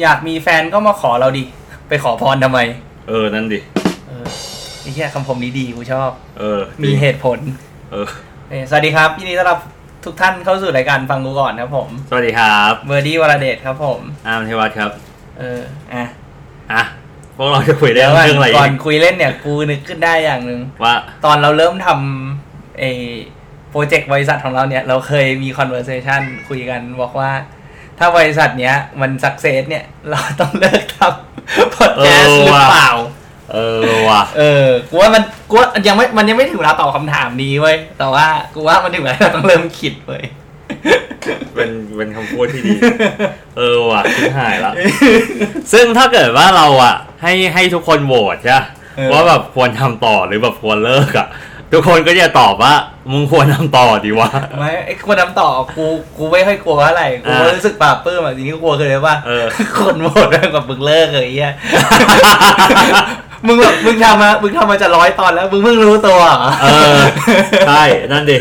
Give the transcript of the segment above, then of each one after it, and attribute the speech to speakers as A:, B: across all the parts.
A: อยากมีแฟนก็มาขอเราดิ ไปขอพรทำไม
B: เออ นั่นดิ
A: เออไอ้แค่คำผมนี้ดีกูชอบ
B: เออ
A: มีเหตุผล
B: เออ
A: เออสวัสดีครับยินดีต้อนรับทุกท่านเข้าสู่รายการฟังกูก่อนครับผม
B: สวัสดีครับ
A: เบอร์ดี้วรเดชครับผม
B: อามเทวัฒน์ครับ
A: เอออ่ะ
B: อ่ะ พวกเราจะคุยได้
A: เดี๋ยวก่อน
B: เรื่องอะไร
A: ก่อนคุยเล่นเนี่ย กูนึกขึ้นได้อย่างหนึ่ง
B: ว่า
A: ตอนเราเริ่มทำไอ้โปรเจกต์บริษัทของเราเนี่ย เราเคยมีคอนเวอร์เซชันคุยกันบอกว่า ถ้าบริษัทเนี้ยมันสักเซสเนี่ย เราต้องเลิกทำพ อดแคสต์หรือเปล่า
B: เออ ว่ะ
A: เออ กูว่ามันกูว่ายังไม่ มันยังไม่ถึงเวลาตอบคำถามนี้เว้ย แต่ว่ากูว่ามันถึงเวลาเราต้องเริ่มคิดเว้ย
B: เป็น เป็นคำพูดที่ดี เออว่ะคิดหายละ ซึ่งถ้าเกิดว่าเราอ่ะ ให้ให้ทุกคนโหวตใช่ปะ
A: เออ
B: ว่าแบบควรทำต่อหรือแบบควรเลิกอ่ะ ทุกคนก็จะตอบว่า มึงควรทำต่อดีวะ
A: ไม่ไอ้คนทำต่อ กู กูไม่ค่อยกลัวอะไหรกูก็
B: อ่า
A: รู้สึกปลาบปลื้มอ่ะสิ่งที่กูกลัวคืออะไรว่า
B: เออ
A: คนโหมดแม่งกับมึงเลิกเลยไอ้เฮีย มึงแบบมึงทำมา มึงทำมาจะร้อยตอนแล้ว มึงเพิ่งรู้ตัวเหรอ
B: เออ ใช่ นั่นดิ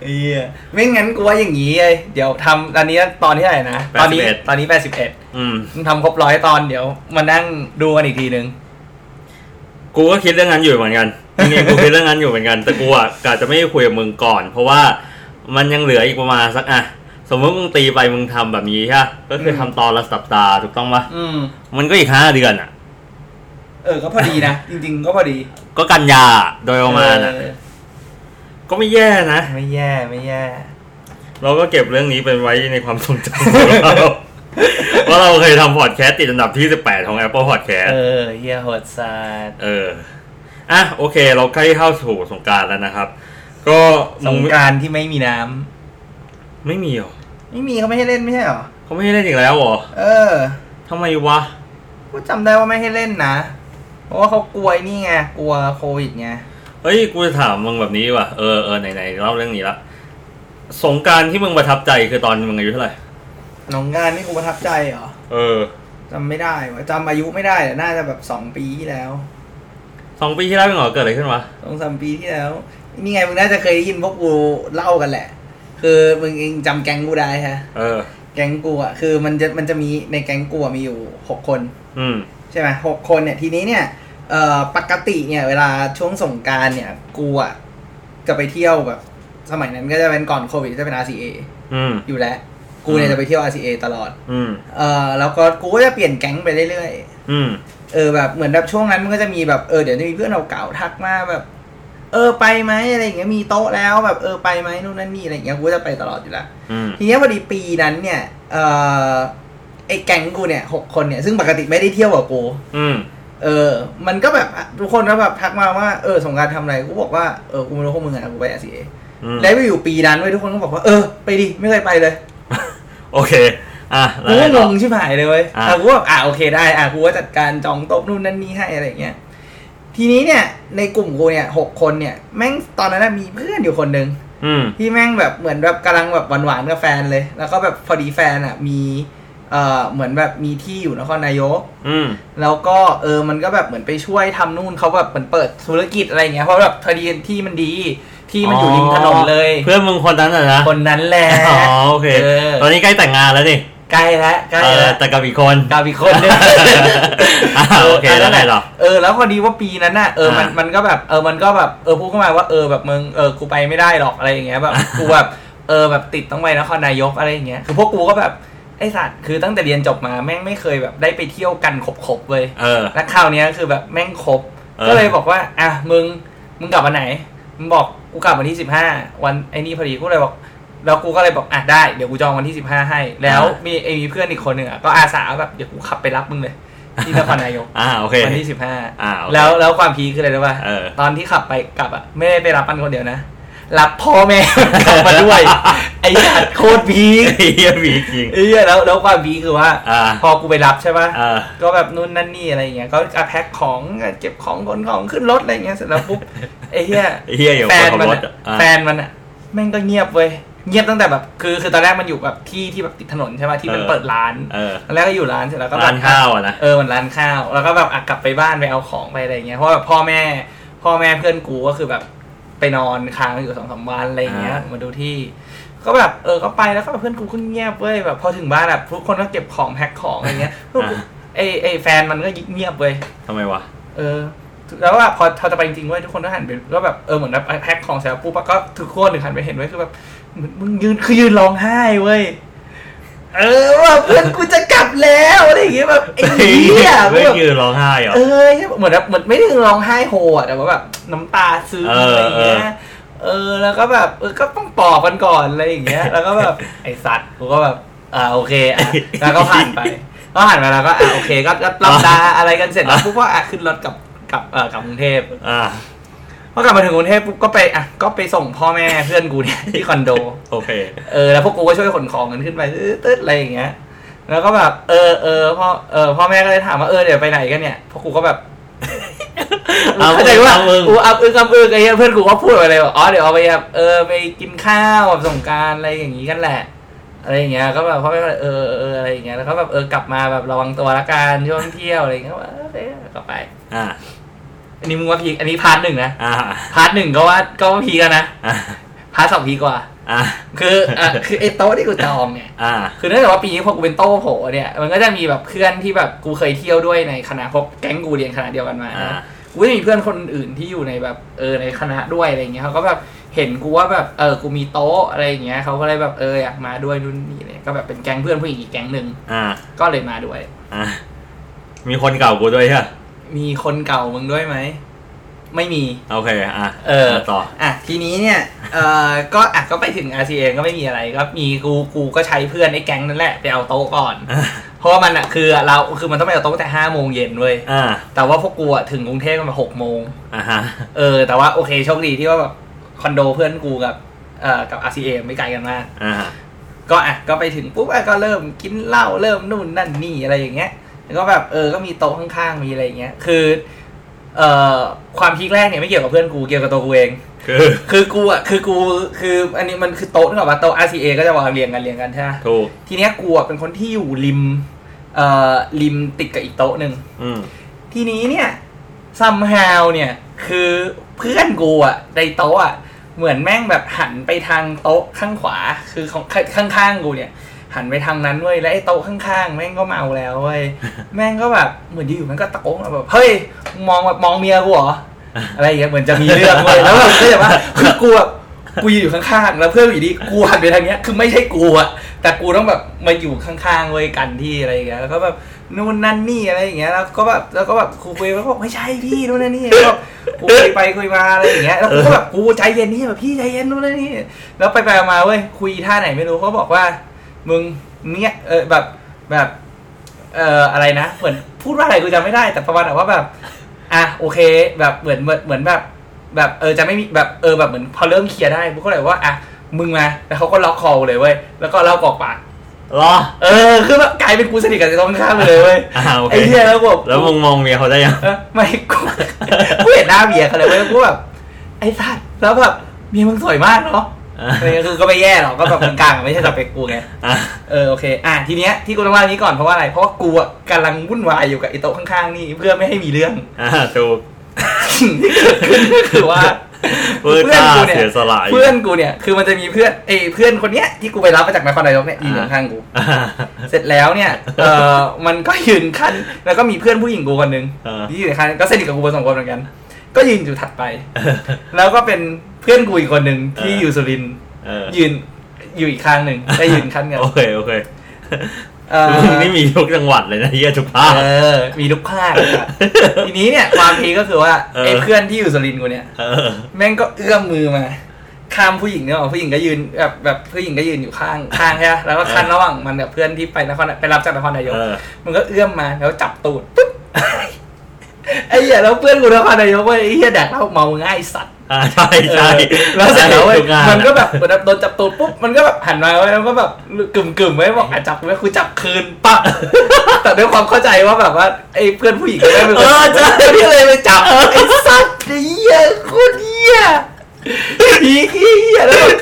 A: ไอ้เฮียไม่งั้นกูว่าอย่างนี้เอ้ยเดี๋ยวทำตอนนี้ตอนที่เท่าไหร่นะ ตอนนี้
B: 81
A: ตอนนี้แปดสิบเอ็ด
B: อืม
A: มึงทำครบร้อยตอนเดี๋ยวมานั่งดูกันอีกทีนึง
B: กูก็คิดเรื่องนั้นอยู่เหมือนกันจริงๆกูคิดเรื่องนั้นอยู่เหมือนกัน แต่กูอ่ะกะจะไม่คุยกับมึงก่อน เพราะว่ามันยังเหลืออีกประมาณสักอ่ะ สมมติมึงตีไปมึงทำแบบนี้ใช่ปะก็คือทำตอนละสัปดาห์ถูกต้องปะ
A: อืม
B: มันก็อีกห้าเดือนอ่ะ
A: เออ ก็พอดีนะ จริง ๆ ก็พอดี
B: ก็กันยาโดยประมาณอ่ะ
A: เออ
B: ก็ไม่แย่นะ
A: ไม่แย่ไม่แย่
B: เราก็เก็บเรื่องนี้เป็นไว้ในความทรงจำของเรา ว่าเราเคยทำพอดแคสต์ติดอันดับที่ 18 ของ Apple Podcast
A: เออเฮียโหดสัตว์
B: เอออ่ะโอเค เราใกล้เข้าสู่สงกรารแล้วนะครับ ก็
A: ส
B: มึ
A: ง
B: ง
A: กรารที่ไม่มีน้ำ
B: ไม่มีเหรอ
A: ไม่มีเขาไม่ให้เล่นไม่ใช่เหรอ
B: เขาไม่ให้เล่นอีกแล้วเหรอ
A: เออ
B: ทำไมวะ
A: กูจำได้ว่าไม่ให้เล่นนะ เพราะว่าเขากลัวไอ้นี่ไง กลัวโควิดไง
B: เฮ้ย กูจะถามมึงแบบนี้ว่ะ เออเออไหนไหนเล่าเรื่องนี้ละ สงกรารที่มึงประทับใจคือตอนมึงอายุเท่าไหร่
A: หนองงานนี่กูประทับใจเหรอ
B: เออ
A: จำไม่ได้วะจำอายุไม่ได้แต่น่าจะแบบสองปีที่แล้ว
B: สองปีที่แล้วเป็นเหรอเกิดอะไรขึ้นวะ
A: สองสามปีที่แล้ว นี่ไงมึงน่าจะเคยได้ยินพวกกูเล่ากันแหละ คือมึงเองจำแก๊งกูได้ฮะ
B: เออ
A: แก๊งกูอ่ะคือมันจะมันจะมีในแก๊งกูอะมีอยู่หกคน
B: อืม
A: ใช่ไหมหกคนเนี่ยทีนี้เนี่ยเอ่อปกติเนี่ยเวลาช่วงสงกรารเนี่ยกูอ่ะจะไปเที่ยวแบบ สมัยนั้นก็จะเป็นก่อนโควิดจะเป็น RCA
B: อืม
A: อยู่แล้ว กูเนี่ย
B: อืม
A: จะไปเที่ยว RCA ตลอด
B: อืม
A: เอ่อแล้วก็กูก็จะเปลี่ยนแก๊งไปเรื่อย
B: อืม
A: ๆเออแบบเหมือนแบบช่วงนั้นมันก็จะมีแบบเออเดี๋ยวจะมีเพื่อนเก่าๆทักมาแบบ เออไปไหมอะไรอย่างเงี้ยมีโต๊ะแล้วแบบเออไปไหมนู่นนั่นนี่อะไรอย่างเงี้ยกูก็จะไปตลอดอยู่แล้ว
B: อืม
A: ทีเนี้ยพอดีปีนั้นเนี่ยเอ่อไอ้แก๊งกูเนี่ยหกคนเนี่ยซึ่งปกติไม่ได้เที่ยวกับกู
B: อืม
A: เออ มันก็แบบอ่ะทุกคนก็แบบทักมาว่าเออสงกรารทำอะไรกูบอกว่าเออกูไม่รู้พวกมึงอะกูไป RCA
B: อืม
A: แล้วไปอยู่ปีนั้นเว้ยทุกคนก็บอกว่าเออไปดิไม่เคยไปเลย
B: โอเค อ่ะแล้
A: กู
B: วไง
A: ก็ง
B: ต่อ
A: งชิบหายเลยเว้ย
B: อ่ะ
A: อ่ะกูก็แบบอ่ะโอเคได้อ่ะกูก็จัดการจองโต๊ะนู่นนั่นนี่ให้อะไรอย่างเงี้ยทีนี้เนี่ยในกลุ่มกูเนี่ยหกคนเนี่ยแม่งตอนนั้นนะมีเพื่อนอยู่คนหนึ่ง
B: อืม
A: ที่แม่งแบบเหมือนแบบกำลังแบบหวานๆกับแฟนเลย แล้วก็แบบพอดีแฟนอ่ะมีเอ่อเหมือนแบบมีที่อยู่นครนายก
B: อืม
A: แล้วก็เออมันก็แบบเหมือนไปช่วยทำนู่นเขาแบบเหมือนเปิดธุรกิจอะไรอย่างเงี้ยเพราะแบบพอดีที่มันดีที่มันอยู่ริมถนนเลย
B: เพื่อนมึงคนนั้นอ่ะนะ
A: คนนั้นแหละ
B: อ๋อโอเค
A: เออ
B: ตอนนี้ใกล้แต่งงานแล้วนี่
A: ใกล้แล้วใกล้
B: เออ
A: แล้ว
B: แต่กับอีกคน
A: กับอีกคนนึง
B: อ่ะโอเคแล้วไงต่อ
A: เออแล้วพอดีว่าปีนั้นน่ะเออมัน
B: อ่ะ
A: มันก็แบบเออมันก็แบบเออพูดเข้ามาว่าเออแบบมึงเออกูไปไม่ได้หรอกอะไรอย่างเงี้ ยแบบกูแบบเออแบบติดต้องไปนครนายกอะไรอย่างเงี้ยคือพวกกูก็แบบไอสัตว์คือตั้งแต่เรียนจบมาแม่งไม่เคยแบบได้ไปเที่ยวกันครบๆเลย
B: เออ
A: แล้วคราวเนี้ยคือแบบแม่งครบ
B: เออ
A: ก็เลยบอกว่า อ่ะมึง มึงกลับวันไหน มึงบอกกูกลับวันที่สิบห้าวันไอ้นี่พอดีกูเลยบอก แล้วกูก็เลยบอกอ่ะได้เดี๋ยวกูจองวันที่สิบห้าให้ แล้วมีไอ้มีเพื่อนอีกคนหนึ่งอ่ะก็อาสาแบบเดี๋ยวกูขับไปรับมึงเลย ที่นครนายก
B: อ่าโอเค
A: วันที่สิบห้า
B: อ่าโอเค
A: แล้วแล้วความพีคคืออะไรรู้ป่ะ
B: เอ อ
A: ตอนที่ขับไปกลับอ่ะไม่ได้ไปรับมันคนเดียวนะ รับพ่อแม่ กลับมาด้วย ไอ้สัตว์โคตรพีค
B: เฮียมีจริง
A: เอ้ยแล้วแล้วความพีคคือว่า
B: อ่า
A: พอกูไปรับใช่ป่ะ
B: อ่า
A: ก็แบบนู่นนั่นนี่อะไรอย่างเงี้ยก็อ่ะแพ็คของอ่ะเก็บของขนของขึ้นรถอะไรอย่างเงี้ยเสร็จแล้วปุ๊บ ไอ้เหี้ย
B: ไอ้เฮียอยู่
A: แฟ
B: บ
A: น
B: นขับ
A: มัน
B: รถ
A: อะ
B: อะอ่ะ
A: แฟนมันอ่ะแม่งก็เงียบเว้ยเงียบตั้งแต่แบบคือคือตอนแรกมันอยู่แบบที่ที่แบบติดถนนใช่ป่ะที่มันเปิดร้าน
B: เออ
A: ตอนแรกก็อยู่ร้านเสร็จแล้วก็แบบ
B: ร้านข้าวอ่ะนะ
A: เออเหมือนร้านข้าว แล้วก็แบบอ่ะกลับไปบ้านไปเอาของไปอะไรอย่างเงี้ยเพราะว่าแบบพ่อแม่ พ่อแม่เพื่อนกูก็คือแบบไปนอนค้างอยู่สองสามวันอะไรอย่างเงี้ย
B: อ่าม
A: มาดูที่ ก็แบบเออก็ไปแล้วก็แบบเพื่อนกูก็เงียบเว้ยแบบพอถึงบ้านแบบทุกคนก็เก็บของแพ็คของอะไรเงี้ยเพื่อนกูไอไอแฟนมันก็เงียบเว้ย
B: ทำไมวะ
A: เออ แล้วว่าพอเราจะไปจริงๆเว้ยทุกคนก็หันไปแล้วแบบเออเหมือนแบบแพ็คของเสร็จแล้วปุ๊บอะก็ทุกคนหนึ่งหันไปเห็นเว้ยคือแบบเหมือนมึงยืนคือยืนร้องไห้เว้ยเออว่าเพื่อนกูจะกลับแล้วอะไรอย่างเงี้ยแบบไอ้เหี้ย
B: ไม่
A: แบบ
B: ยืนร้องไห้เหรอ
A: เออเหมือนแบบเหมือนไม่ได้ร้องไห้โฮอะแต่ว่าแบบน้ำตาซึม
B: เออ
A: อะไร
B: อ
A: อย่างเงี้ยเออแล้วก็แบบเออก็ต้องปลอบกันก่อนอะไรอย่างเงี้ย แล้วก็แบบไอสัตว์กูก็แบบอ่าโอเคอ่ะแล้วก็ผ่านไป ก็ผ่านไปแล้วก็อ่ะโอเคก็ก็รับตาอะไรกันเส ร็จแล้วปุ๊บก็อ่ะขึ้นรถกลับกลับเอ่อกลับกรุงเทพ
B: อ่า
A: พอกลับมาถึงกรุงเทพปุ๊บก็ไปอ่ะก็ไปส่งพ่อแม่เพื่อนกูเนี่ยที่คอนโด
B: โอเค
A: เออแล้วพวกกูก็ช่วยขนของกันขึ้นไปตืดๆอะไรอย่างเงี้ย แล้วก็แบบเออเออพ่อเออพ่อแม่ก็เลยถามว่าเออเดี๋ยวไปไหนกันเนี่ยพวกกูก็ แบบ
B: เอา
A: เข้าใจว่า
B: เอามึง
A: กูอับอึกอับอึกไอ้เหี้ยเพื่อนกูก็พูดไปเลยว่าอ๋อเดี๋ยวเอาไปแบบเออไปกินข้าวแบบส่งกรารอะไรอย่างงี้กันแหละ อะไรอย่างเงี้ยก็แบบพ่อแม่ก็เลยเออเออเอออะไรอย่างเงี้ยแล้วก็แบบเออกลับมาแบบระวังตัวละกันช่วงเที่ยวอะไรอย่างเงี้ยว่าเออก็ไป
B: อ่า
A: อันนี้มึงว่าพีคอันนี้พาร์ทหนึ่งนะ
B: อ่า
A: พาร์ทหนึ่งก็ว่าก็ว่าพีคแล้วนะ
B: อ่า
A: พาร์ทสองพีคกว่า
B: อ่า
A: คืออ่ะคือไอ้โต๊ะที่กูจองเนี่ย
B: อ่า
A: คือเนื่องจากว่าปีนี้พอกูเป็นโต้โผเนี่ยมันก็จะมีแบบเพื่อนที่แบบกูเคยเที่ยวด้วยในคณะเพวกแก๊งกูเรียนคณะเดียวกันมา
B: อ่า
A: กูก็จะมีเพื่อนคนอื่นที่อยู่ในแบบเออในคณะด้วยอะไรเงี้ยเขาก็แบบเห็นกูว่าแบบเออกูมีโต๊ะอะไรอย่างเงี้ยเขาก็เลยแบบเอออยากมาด้วยนู่นนี่เลยก็แบบเป็นแก๊งเพื่อนผู้หญิงอีกแก๊งหนึ่ง
B: อ่า
A: ก็เลยมาด้วย
B: อ่ามีคนเก่ากูด้วยใช่ปะ
A: มีคนเก่ามึงด้วยไหมไม่มี
B: โอเคอ่ะ
A: เออ
B: ต่อ
A: อ่ะทีนี้เนี่ยเออก็อ่ะก็ไปถึง RCN ก็ไม่มีอะไรก็มีกูกูก็ใช้เพื่อนไอ้แก๊งนั่นแหละไปเอาโต๊ะก่อน เพราะว่ามันอ่ะคือเราคือมันต้องไปเอาโต๊ะตั้งแต่ห้าโมงเย็นเว้ย
B: อ่า
A: แต่ว่าพวกกูอ่ะถึงกรุงเทพกันมาหกโมง
B: อ่าฮะ
A: เออแต่ว่าโอเคโชคดีที่ว่าแบบคอนโดเพื่อนกูกับเอ่อกับ RCA ไม่ไกลกันมาก
B: อ่า
A: ก็อ่ะก็ไปถึงปุ๊บอ่ะก็เริ่มกินเหล้าเริ่มนู่นนั่นนี่อะไรอย่างเงี้ยแล้วก็แบบเออก็มีโต๊ะข้างๆมีอะไรอย่างเงี้ยคือเอ่อความพีคแรกเนี่ยไม่เกี่ยวกับเพื่อนกูเกี่ยวกับตัวกูเอง
B: คือ
A: คือกูอ่ะคือกูคืออันนี้มันคือโต๊ะนึกออกปะโต๊ะ RCA ก็จะวางเรียงกันเรียงกันใช่ไหม
B: ถูก
A: ทีเนี้ยกูอะเป็นคนที่อยู่ริม เอ่อ ริมติดกับอีกโต๊ะหนึ่ง
B: อืม
A: ทีนี้เนี่ยซัมฮาวเนี่ย คือเพื่อนกูอะในโต๊ะอะเหมือนแม่งแบบหันไปทางโต๊ะข้างขวา คือของข้างข้างๆกูเนี่ย หันไปทางนั้นเว้ย และไอ้โต๊ะข้างๆ แม่งก็เมาแล้วเว้ย แม่งก็แบบเหมือนอยู่ๆแม่งก็ตะโกนมาแบบเฮ้ยมึงมองแบบมองเมียกูเหรอ อะไรอย่างเงี้ย เหมือนจะมีเรื่องเว้ย แล้วแบบก็แบบว่าคือกูแบบกูยืนอยู่ข้างๆ แล้วเพื่อนอยู่ดีกูหันไปทางเนี้ย คือไม่ใช่กูอะแต่กูต้องแบบมาอยู่ข้างๆเว้ยกันที่อะไรอย่างเงี้ย แล้วก็แบบ นู่นนั่นนี่อะไรอย่างเงี้ยแล้วก็แบบแล้วก็แบบครูคุยแล้วก็บอกไม่ใช่พี่นู่นนั่นนี่แล้วกูคุยไปคุยมาอะไรอย่างเงี้ยแล้วกูก็แบบกูใจเย็นนี่แบบพี่ใจเย็นนู่นนั่นนี่แล้วไปไปมาเว้ยคุยท่าไหนไม่รู้เขาบอกว่า มึงเนี่ยเออแบบแบบเอ่ออะไรนะเหมือนพูดว่าอะไรกูจำไม่ได้ แต่ประมาณแบบว่าแบบ อ่ะโอเค แบบเหมือนเหมือนเหมือนแบบ แบบเออจะไม่มีแบบเออแบบเหมือนพอเริ่มเคลียร์ได้กูก็เลยว่าอ่ะมึงมาแล้วเขาก็ล็อกคอกูเลยเว้ยแล้วก็เล่ากอกปาก
B: รอ
A: เออคือแบบกลายเป็นกูสนิทกับตรงข้ามไปเลยเว้ย
B: อ่าโอเค
A: ไอ้เหี้ยแล้วแบบ
B: แล้วมึงมองเมียเขาได้ยัง
A: เออไม่กู กูเห็นหน้าเมียเขาเลยเว้ยกูแบบไอ้สัตว์แล้วแบบเมียมึงสวยมากเนาะอะไรเงี้ยคือก็ไม่แย่หรอกก็แบบกลางๆไม่ใช่สเปคกูไง
B: อ่ะ
A: เออโอเคอ่ะทีเนี้ยที่กูต้องเล่าอันนี้ก่อนเพราะว่าอะไรเพราะว่ากูอะกำลังวุ่นวายอยู่กับไอ้โต๊ะข้างๆนี่เพื่อไม่ให้มีเรื่อง
B: อ่าถูก
A: ที่เกิดขึ้นก็คือว่า
B: เพื่อนกล้า
A: กู
B: เสียสละ
A: เพื่อนกูเนี่ยคือมันจะมีเพื่อนไอ้เพื่อนคนเนี้ยที่กูไปรับมาจากนครนายกเนี่ยยืนอยู่ข้างๆกู
B: อ่า
A: เสร็จแล้ว เนี่ย เออมันก็ยืนขั้นแล้วก็มีเพื่อนผู้หญิงกูคนหนึง
B: อ่า
A: ที่อยู่ในคันก็สนิทกับกูพอสมควรเหมือนกัน ก็ยืนอยู่ถัดไป แล้วก็เป็นเพื่อนกูอีกคนหนึ่งที่อยู่สุรินทร์
B: เออ
A: ยืนอยู่อีกข้างหนึ่งได้ยืนคันกัน
B: โอเคโอเค
A: เออ
B: มึงนี่มีทุกจังหวัดเลยนะเฮียทุกภาค
A: เออ มีลูกภาค อะทีนี้เนี่ยความพีคก็คือว่า
B: เออ
A: ไอ้เพื่อนที่อยู่สุรินทร์กูเนี่ย
B: เออ
A: แม่งก็เอื้อมมือมาข้ามผู้หญิงเนี่ยหรอผู้หญิงก็ยืนแบบแบบผู้หญิงก็ยืนอยู่ข้างข้างใช่ไหมแล้วก็คัน
B: เออ
A: ระหว่างมันกับเพื่อนที่ไปนครไปรับจากนครนายก
B: เออ
A: มันก็เอื้อมมาแล้วจับตูดปุ๊บ ไอ้เหี้ยแล้วเพื่อนกูนครนายกเว้ยไอ้เหี้ยแดกเหล้าเมาง่ายสัตว์
B: อ่าใช่ใช่
A: เออแล้วเสร็จแล้วเว้ย
B: ทุกงาน
A: มันก็
B: อะ
A: แบบเหมือนแบบโดนจับตูดปุ๊บมันก็แบบหันมาเว้ยแล้วก็แบบกึ่มกึ่มๆไว้บอกอ่ะจับไว้กูจับคืนปั๊ บ แต่ด้วยความเข้าใจว่าแบบว่าไอ้เพื่อนผู้หญิงก็ไม่เป็นค
B: เอ
A: น
B: อใช่
A: พี่เลยไปจับไอ้สัตว์ไอ้เหี้ยโคตรเหี้ย อีเหี้ยแล้วแบบ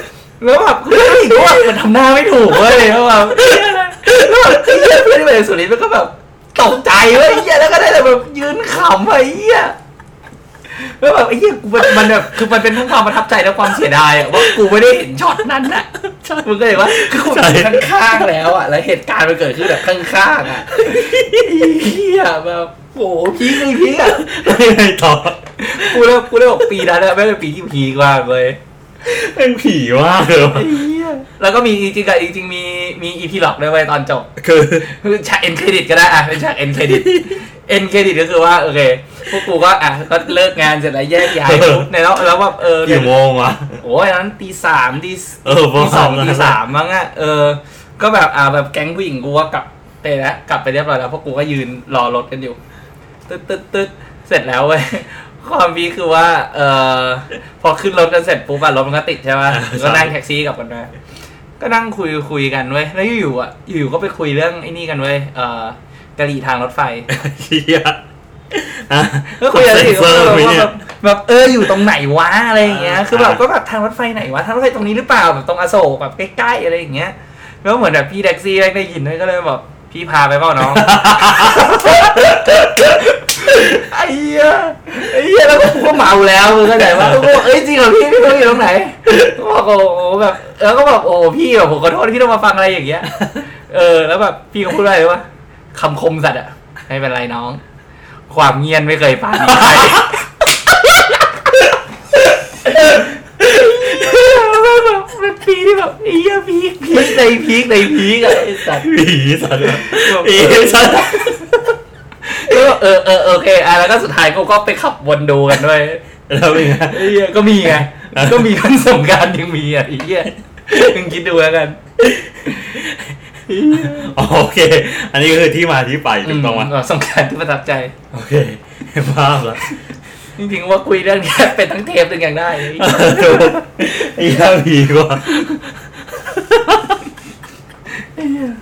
A: แล้วแบบเพื่อนผู้หญิงก็แบบมันทำหน้าไม่ถูกเว้ยแล้วแบบเหี้ยอะไรแล้วแบบไอ้เหี้ยเพื่อนที่ไปสุรินทร์มันก็แบบ ตกใจเว้ยไอ้เหี้ยแล้วก็ได้แต่แบบยืนขำไปเหี้ย แล้วแบบไอ้เหี้ยกูมันมันแบบคือมันเป็นทั้งความประทับใจและความเสียดายอะว่ากูไม่ได้เห็นช็อตนั้นน่ะมึงก็เห็นว่าคือกูอยู่ข้างๆแล้วอะแล้วเหตุการณ์มันเกิดขึ้นแบบข้างๆอะเหี้ยแบบโอ้โหพีคเลยพีคอะ
B: แล้วยังไงต่อ
A: กูเลยกูเลยบอกปีนั้นอะไม่งเป็นปีที่พีคมากเลย
B: เป็นผีมากเลยว่ะ
A: ไอ้เหี้ยแล้วก็มีจริงๆอะจริงๆมีมีอีพีหลอกด้วยไว้ยตอนจบ
B: คือ
A: คือ ฉากเอ็นเครดิตก็ได้อ่ะเป็นฉากเอ็นเครดิตเอ็นเครดิตก็คือว่าโอเคพวกกูก็อ่ะก็เลิกงานเสร็จแล้วแยกย้ายปุ๊บเนี่ยแล้วแล้วแบบเออเนี่ย
B: กี่โมงวะ
A: โอ้ยอันนั้นตีสามตี
B: เออประ
A: ตี
B: มาณ
A: สอง
B: นั้น
A: ตีสามมั้งอ่ะเออ ก็แบบอ่ะแบบแก๊งผู้หญิงกูก็กลับไปแล้วกลับไปเรียบร้อยแล้วพวกกูก็ยืนรอรถกันอยู่ตึ๊ดตึ๊ดตึ๊ดเสร็จแล้วเว้ย ความพีคคือว่า เออพอขึ้นรถกันเสร็จปุ๊บอะรถมันก็ติดใช่ไหมก็นั่งแท็กซี่กลับกันมา ก็นั่งคุยคุยกันเว้ย แล้วอยู่ๆอ่ะ อยู่ๆก็ไปคุยเรื่องไอ้นี่กันเว้ย เอ่อกะหรี่ทางรถไฟ
B: เฮียอ่ะ
A: ก็คุยกัน
B: เซ็น
A: สิ
B: เซอร์ไหม
A: ว่า
B: เนี่
A: แบ
B: ย
A: บแบบเอออยู่ตรงไหนวะอะไรอย่างเงี้ย
B: อ่า
A: คือแบบก็แบบทางรถไฟไหนวะ ทางรถไฟตรงนี้หรือเปล่าแบบตรงอโศกแบบใกล้ๆอะไรอย่างเงี้ย แล้วเหมือนแบบพี่แท็กซี่แม่งได้ยินด้วยก็เลยแบบพี่พาไปเปล่าน้อง ไอ้เหี้ยไอ้เหี้ยแล้วกูก็เมาแล้วมึงเข้าใจปะกูก็บอกเอ้ยจริงเหรอพี่พี่ต้องอยู่ตรงไหนก็บอกโอ้โหแบบแล้วก็แบบโอ้พี่แบบผมขอโทษที่ต้องมาฟังอะไรอย่างเงี้ย เออ แล้วแบบพี่เขาพูดว่าอะไรวะคำคมสัตว์อะไม่เป็นไรน้อง ความเงี ยนไม่เคยผ่านใครเป็นปีที่แบบไอ้เหี้ยพีคพีคในพีคในพีคอะไอ้สัตว์
B: ผีสัตว์ผีสัตว์
A: ก็เออเออโอเคอ่ะแล้วก็สุดท้ายกูก็ไปขับวนดูกันด้วย
B: แล้วเป็นไง
A: ไอ้เหี้ยก็มีไง ก็มีขั้นสงกรารยังมีอ่ะไอ้เหี้ยมึงคิดดูแล้วกัน
B: อ๋อโอเค อันนี้ก็คือที่มาที่ไปถูกต้องไหม
A: อืมสงกรารที่ประทับใจ
B: โอเคภาพละ
A: จริงๆว่าคุยเรื่องเนี้ยเป็นทั้งเทปหนึ่งอย่างได้
B: ถูกไอ้ข้าผีกว่า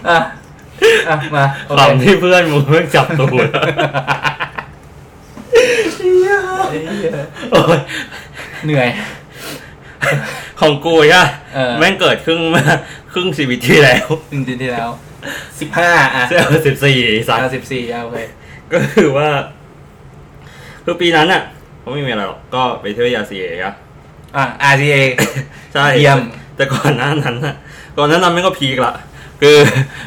A: อ่ะอ่ะมาโอเค
B: คำที่เพื่อนมึงไม่งจับตูด
A: ไอ้เหี้ย
B: โอ้ย
A: เหนื่อย
B: ของกูใช่ปะ
A: เออ
B: แม่งเกิดครึ่ง มาครึ่งชีวิตที่แล้ว
A: จริงๆที่ แล้วสิบห้าอ่ะ
B: เสิบสี่สัตว์
A: สิบสี่อ่ะโอเค
B: ก็คือว่า คือปีนั้นอ่ะก็ไม่มีอะไรหรอกก็ไปเที่ยวยาเสียครับ
A: อ่ะ RCA
B: ใช่
A: เยี่ยม
B: แต่ก่อนหน้านั้นน่ะก่อนหน้านั้นแม่งก็พีกละคือ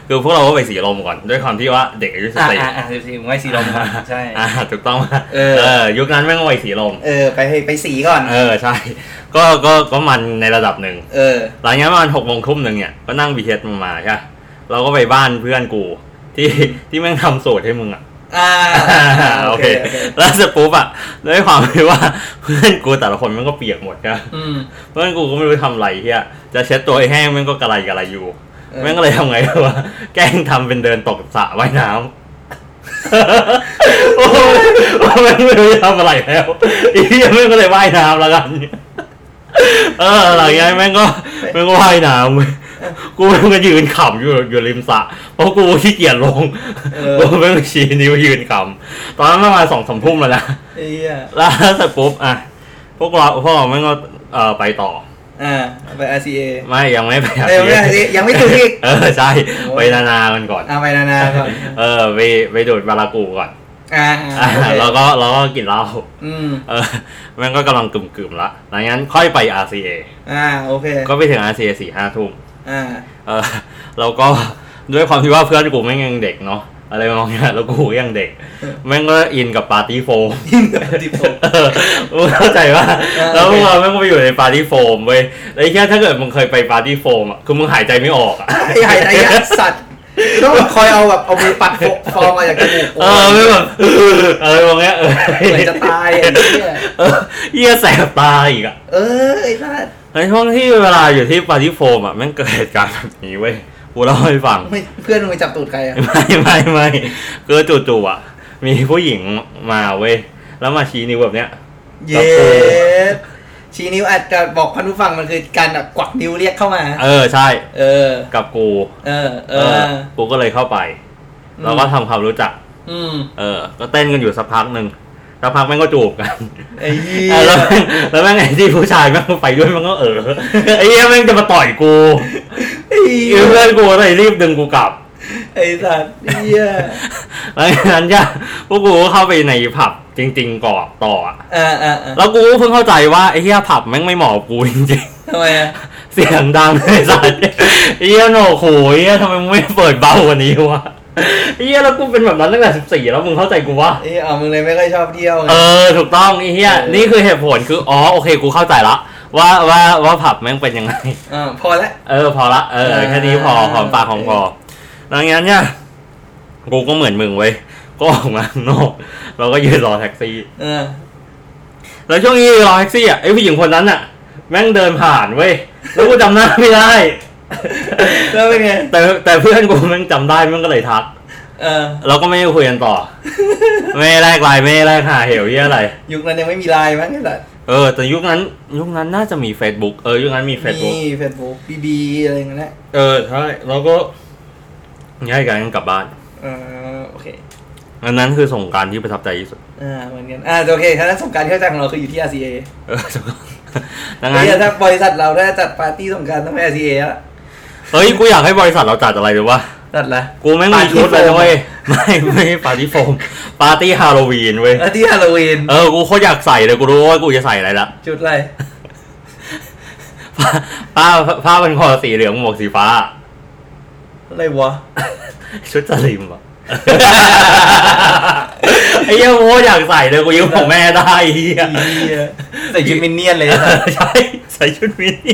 B: คือพวกเราก็ไปสีลมก่อนด้วยความที่ว่าเด็กอายุสิบ
A: อ่ะ
B: สี่
A: อ่ะอ่ะสิบสี่ผมให้สีลมก่อนใช่
B: อ่าถูกต้องป่ะ
A: เออ
B: ยุคนั้นแม่งวัยสีลม
A: เออ ไปให้ไปสีก่อน
B: เออ ใช่ ก็ก็ก็มันในระดับหนึ่ง
A: เออ
B: หลังจากนั้นประมาณหกโมงทุ่มหนึ่งเนี่ย ก็นั่งบีเทสมึงมาใช่ปะเราก็ไปบ้านเพื่อนกู ที่ที่แม่งทำสูตรให้มึงอ่ะ
A: อ่า
B: โอเค แล้วเสร็จปุ๊บอ่ะด้วยความที่ว่าเพื่อนกูแต่ละคนมันก็เปียกหมดใช่ปะ
A: อืม
B: เพื่อนกูก็ไม่รู้ทำอะไรเฮียจะเช็ดตัวให้แห้งแม่งก็กระไรกระไรอยู่ แม่งก็เลยทำไงวะแกล้งทำเป็นเดินตกสระว่ายน้ ำ โอ้ยแม่งไม่รู้จะทำอะไรแล้วอีเหี้ยแม่งก็เลยว่ายน้ำแล้วกัน เออหลังจากนั้นแม่งก็แม่งก็ว่ายน้ำเว้ยกูแม่งก็ยืนขำอยู่อยู่ริมสระเพราะกูขี้เกียจลง
A: เอ
B: กู
A: อ
B: แม่งชี้นิ้วยืนขำตอนนั้นประมาณสองสามทุ่มแล้วนะ
A: ไอ้เหี้ย
B: แล้วเสร็จปุ๊บอ่ะพวกเราพวกเราแม่งก็เออไปต่อ
A: อ่าไป RCA
B: ไม่ยังไม่ไปหา
A: เออไม่
B: ที่
A: ยังไม่ถึงอีก
B: เออใช่ ไปนานากันก่อน
A: เอาไปนานาก่อน
B: เออไปไปดูดบารากูก่อน
A: อ่าอ่าโอเค
B: แล้วก็แล้วก็กินเหล้า
A: อืม
B: เออแม่งก็กำลังกึ่มๆละหลังจากนั้นค่อยไป RCA
A: อ่าโอเค
B: ก็ไปถึง RCA สี่ห้าทุ่ม
A: อ่า
B: เออแล้วก็ด้วยความที่ว่าเพื่อนกูแม่งยังเด็กเนาะอะไรมองเนี่ยแล้วกูยังเด็ก แม่งก็อินกับปาร์ตี้โฟม
A: ยิ่งกับดิบผม
B: เออมึงเข้าใจว่า
A: เออ
B: แล้วพวกเราแม่งก็ไปอยู่ในปาร์ตี้โฟมเว้ยแล้วไอ้แค่ถ้าเกิดมึงเคยไปปาร์ตี้โฟมอ่ะคือมึงหายใจไม่ออกอ่ะ
A: ไอ้ไอ้ไอ้สัตว์ต้องคอยเอาแบบเอามือปัดฟองมาจากจมูก
B: เออไม่แบบเออ อะไรมองเงี้ยเออ
A: เหมือนจะตายไอ้เหี้ย
B: เออเหี้ยแสบตาอีกอะ
A: เออไอ้สัตว์
B: ในช่วงที่เวลาอยู่ที่ปาร์ตี้โฟมอะแม่งเกิดเหตุการณ์แบบนี้เว้ยกูเล่าให้ฟัง
A: ไม่เพื่อนมึงไปจับตูดใครอ่ะ
B: ไม่ไม่ไม่คือจู่ๆอะมีผู้หญิงมาเว้ยแล้วมาชี้นิ้วแบบเนี้ย
A: เย็ดชี้นิ้วอาจจะบอกพันผู้ฟังมันคือการแบบกวักนิ้วเรียกเข้ามา
B: เออใช่
A: เออ
B: กับกู
A: เออ เออ
B: กูก็เลยเข้าไป เราก็ทำความรู้จัก
A: อืม
B: เออ ก็เต้นกันอยู่สักพักหนึ่งสักพักแม่งก็จูบกัน
A: ไอ้เหี้ย
B: เออแล้วแม่งแล้วแม่งไอ้ที่ผู้ชายแม่งไปด้วยมันก็เออไอ้เหี้ยแม่งจะมาต่อยกู
A: ไอ้เหี้ย
B: เพื่อนกูเลยรีบดึงกูกลับ
A: ไอ้สัตว์ไอ้เหี้ย
B: หลังจากนั้นจ้ะพวกกูก็เข้าไปในผับ จริง ๆก่อนต่ออะ
A: เออเออเออ
B: แล้วกูก็เพิ่งเข้าใจว่าไอ้เฮียผับแม่งไม่เหมาะกับกูจริง
A: ทำไมอะ
B: ๆ เสียงดังไอ้สัสไอ้เฮียโหนกหูไอ้เฮียทำไมมึงไม่เปิดเบากว่านี้วะไอ้เฮียแล้วกูเป็นแบบนั้นตั้งแต่สิบสี่แล้วมึงเข้าใจกูว่า
A: เออเอามึงเลยไม่ค่อยชอบเที่ยวไง
B: เออถูกต้องไอ้เฮีย
A: เออ
B: นี่คือเหตุผลคืออ๋อโอเคกูเข้าใจละว่าว่าว่าผับแม่งเป็นยังไง
A: เออพอละ
B: เออพอละเออ
A: เออ
B: แค่นี้พอหอมปากหอมคอดังนั้นเนี่ยกูก็เหมือนมึงเว้ยก็ออกมาข้างนอกเราก็ยืนรอแท็กซี่
A: เออ
B: แล้วช่วงนี้รอแท็กซี่อ่ะไอ้ผู้หญิงคนนั้นอ่ะ แม่งเดินผ่านเว้ยแล้วกูจำหน้าไม่ได้
A: แล้วเป็นไง
B: แต่แต่เพื่อนกูแม่งจำได้แม่งก็เลยทัก
A: เออ
B: เราก็ไม่ได้คุยกันต่อ ไม่ได้แลกไลน์ไม่ได้แลกหาเหวเหียอะไร
A: ยุคนั้นยังไม่มีไลน์มั้งไอ้สัส
B: เออแต่ยุคนั้นยุคนั้นน่าจะมี Facebook เออยุคนั้นมี
A: มี
B: Facebook
A: เฟซบุ๊กบีบีอะไรอย่างเงี้ยนะ
B: เออใช่แล้วก็ย้ายกันกลับบ้าน
A: เออโอเค
B: อันนั้นคือสงกรารที่ประทับใจที่สุด
A: อ่าเหมือนกันอ่าโอเคคณะสงกรารที่เข้าใจของเราคืออยู่ที่ RCA
B: เอ อสงกรานต์ดังนั้น
A: เฮ้ยถ้าบริษัทเราถ้าจัดปาร์ตี้สงกรารต้องไป RCA ละ
B: เฮ้ย กูอยากให้บริษัทเราจัดอะไรหรือวะ
A: จัดละ
B: กูแม่งมีชุดเลยนะเว้ย ไม่ไม่ปาร์ตี้โฟม ปาร์ตี้ฮาโลวีนเว้ย
A: ปาร์ตี้ฮาโลวีน
B: เออ กูโคตรอยากใส่เลย กูรู้ว่ากูจะใส่อะไรละ
A: จุดอะไร
B: ผ้าผ้าเป็นคอสีเหลืองหมวกสีฟ้า
A: อะไรวะ
B: ชุดสลิมอะ ไอ้เหี้ยกูโคตรอยากใส่เลย กูยืมของแม่ได้ไอ้เหี้ย
A: อีเหี้ยใส่ชุดมินเนี่ยนเลยนะ
B: ใช่ใส่ชุดมินิ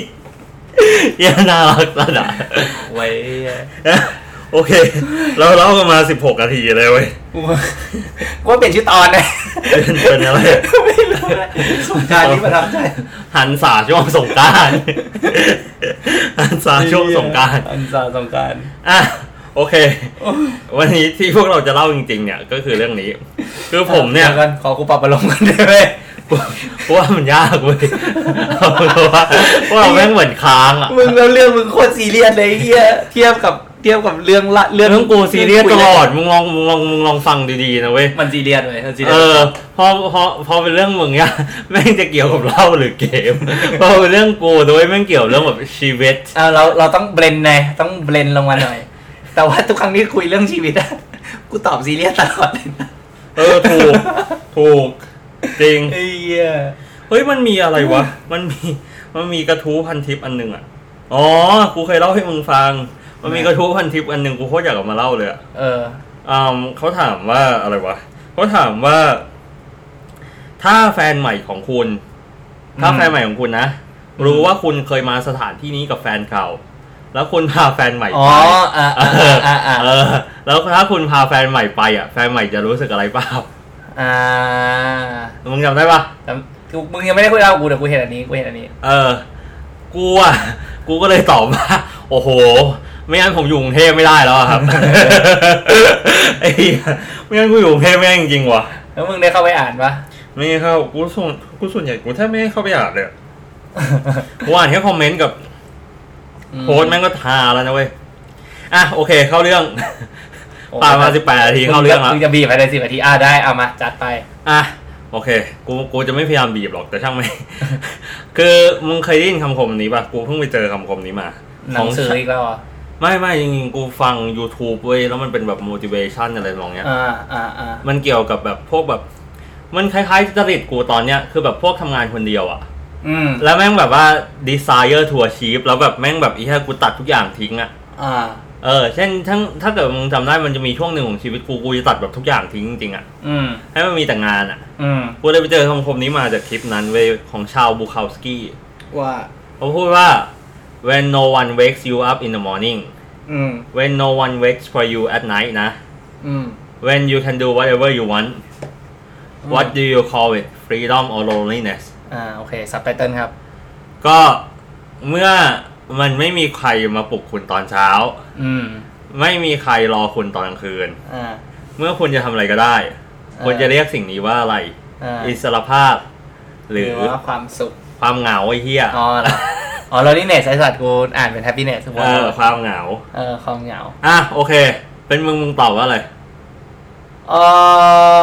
B: เหี้ยน่า รักระดับ
A: ไว้
B: โอเค เราเล่ากันมาสิบหกนาทีเลยเว้ย
A: กูว่ากูว่าเปลี่ยนชื่อตอนนะ
B: เป็นเป็นอะไร
A: ไม่รู้นะสงกรารนี้ประทับใจ
B: หันสาช่วงสงกราร หันสาช่วงสงกราร
A: อันสาสงกราร
B: อ่ะโอเค วันนี้ที่พวกเราจะเล่าจริง ๆ เนี่ยก็คือเรื่องนี้ คือผมเนี่ย
A: กันขอกูปรับอารมณ์กันได้ไหม
B: เพราะว่ามันยากเว้ยเอาเพราะว่าพวกเราแม่งเหมือนค้างอ่ะ
A: มึงแล้วเรื่องมึงโคตรซีเรียสเลยไอ้เฮียเทียบกับเทียบกับเรื่องละเรื่อง
B: เรื่องกูซีเรียสตลอดมึงลองมึงลองมึงลองฟังดีๆนะเว้ย
A: มันซีเรียสเลยมันซีเรี
B: เอย
A: ส
B: อพอพอพอเป็นเรื่องมึงเนี่ยแม่งจะเกี่ยวกับเหล้าหรือเกม พอเป็นเรื่องกูโดยแม่งเกี่ยวเรื่องแบบชีวิต
A: อ่าเราเราต้องเบรนไงต้องเบรนลงมาหน่ อย แต่ว่าทุกครั้งที่คุยเรื่องชีวิตอะ กูตอบซีเรียสตลอดเลยนะ
B: เออถูก ถูก จริง
A: ไอ้เฮีย
B: เฮ้ยมันมีอะไรวะ มันมีมันมีกระทู้พันทิปอันหนึ่งอ่ะ อ๋อกูเคยเล่าให้มึงฟัง มันมีกระทู้พันทิปอันหนึ่งกูโคตรอยากเอามาเล่าเลยอ่ะ
A: เออ
B: อ่าเขาถามว่าอะไรวะเขาถามว่า ถ้าแฟนใหม่ของคุณ ถ้า
A: อืม
B: แฟนใหม่ของคุณนะรู้ว่าคุณเคยมาสถานที่นี้กับแฟนเก่า แล้วคุณพาแฟนใหม่
A: อ๋อ
B: ไป
A: อ่า
B: เอ
A: อ่า
B: อ
A: อ่าอ่า
B: เออ แล้วถ้าคุณพาแฟนใหม่ไปอ่ะแฟนใหม่จะรู้สึกอะไรเปล่า
A: อ่า
B: มึงจำได้ ปะ
A: แต่กูมึงยังไม่ได้คุยเล่ากูแต่กูเห็นอันนี้กูเห็นอันนี้
B: เออ กูอ่ะ กูก็เลยตอบว่า โอ้โห ไม่งั้นผมอยู่กรุงเทพไม่ได้แล้วอะครับ ไอ้เหี้ยไม่งั้นกูอยู่กรุงเทพไม่ได้จริงๆว่ะ
A: แล้วมึงได้เข้าไปอ่านปะ
B: ไม่เข้า กูส่วนกูส่วนใหญ่กูแทบไม่ได้เข้าไปอ่านเลยอะกูอ่านแค่คอมเมนต์กับ
A: อื
B: โพสต์แม่งก็ทาแล้วนะเว้ย อ่ะโอเค เข้าเรื่อง
A: โอ้
B: ตามมาสิบแปดนาทีเข้าเรื่องแล้ว
A: มึงจะบีบภายในสิบนาทีอ่าได้เอามาจัดไป
B: อ่ะโอเค กูกูจะไม่พยายามบีบหรอกแต่ช่างไม่ คือมึงเคยได้ยินคำคมนี้ป่ะ กูเพิ่งไปเจอคำคมนี้มา
A: หนังสือ
B: ข
A: อีกแล้วเหรอ
B: ไม่ไม่จริงๆ กูฟัง YouTube เว้ย แล้วมันเป็นแบบ motivation อะไรมองเนี้ย
A: อ่าอ่าอ่า
B: มันเกี่ยวกับแบบพวกแบบ มันคล้ายๆจริตกูตอนเนี้ย คือแบบพวกทำงานคนเดียวอะ
A: อืม
B: แล้วแม่งแบบว่า desire to achieve แล้วแบบแม่งแบบอีแค่กูตัดทุกอย่างทิ้งอะ
A: อ่า
B: เออ เช่นทั้งถ้าเกิดมึงจำได้มันจะมีช่วงหนึ่งของชีวิตกู กูจะตัดแบบทุกอย่างทิ้งจริงๆอะ
A: อืม
B: ให้มันมีแต่งานอะ
A: อืม
B: กูเลยไปเจอคำคมนี้มาจากคลิปนั้นเว้ยของชาวบูคาวสกี้
A: ว่า
B: เขาพูดว่า when no one wakes you up in the morning
A: อืม
B: when no one wakes for you at night นะ
A: อืม
B: when you can do whatever you want what do you call it freedom or loneliness
A: อ่าโอเคซับไตเติลครับ
B: ก็เมื่อมันไม่มีใครมาปลุกคุณตอนเช้า
A: อืม
B: ไม่มีใครรอคุณตอนกลางคืน
A: อ่า
B: เมื่อคุณจะทำอะไรก็ได้
A: ออ
B: คุณจะเรียกสิ่งนี้ว่าอะไร
A: อ่า
B: อิสรภาพ หรือ
A: ว่าความสุข
B: ความเหงาไอ้เหี้ย
A: อ๋อเหรออ๋อเรานี่เนสไอสัตว์กูอ่านเป็นแฮปปี้เนสทุกวัน
B: เออความเหงา
A: เออความเหงา
B: อ่ะโอเค เป็นมึงมึงตอบว่าอะไร
A: เอ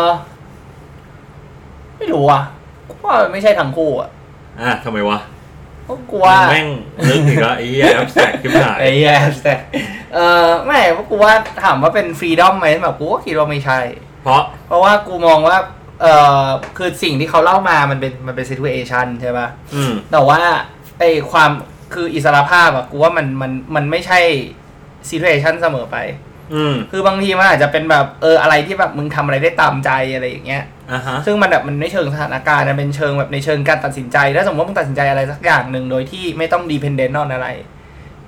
A: อไม่รู้อ่ะกูว่ามันไม่ใช่ทั้งคู่อ่ะ
B: อ่ะทำไมวะ
A: ก็กูว่า
B: แม่งนึกถึงแล้วไอ้เหี้ยแอบแสกขึ้น หาย
A: ไอ้แย่แต่เออไม่เพราะกูว่าถามว่าเป็นฟรีดอมไหมแบบกูก็คิดว่าไม่ใช่
B: เพราะ
A: เพราะว่ากูมองว่า เออคือสิ่งที่เขาเล่ามามันเป็นมันเป็นซิทูเอชันใช่ปะ
B: อืม
A: แต่ว่าไอความคืออิสระภาพอะกูว่ามันมันมันไม่ใช่ซีเรชันเสมอไป
B: อืม
A: คือบางทีมันอาจจะเป็นแบบเอออะไรที่แบบมึงทำอะไรได้ตามใจอะไรอย่างเงี้ย
B: อ่ะฮะ
A: ซึ่งมันแบบมันไม่เชิงสถานการณ์นะเป็นเชิงแบบในเชิงการตัดสินใจถ้าสมมติว่ามึงตัดสินใจอะไรสักอย่างหนึ่งโดยที่ไม่ต้องดีพ e นเดนต์อนอะไร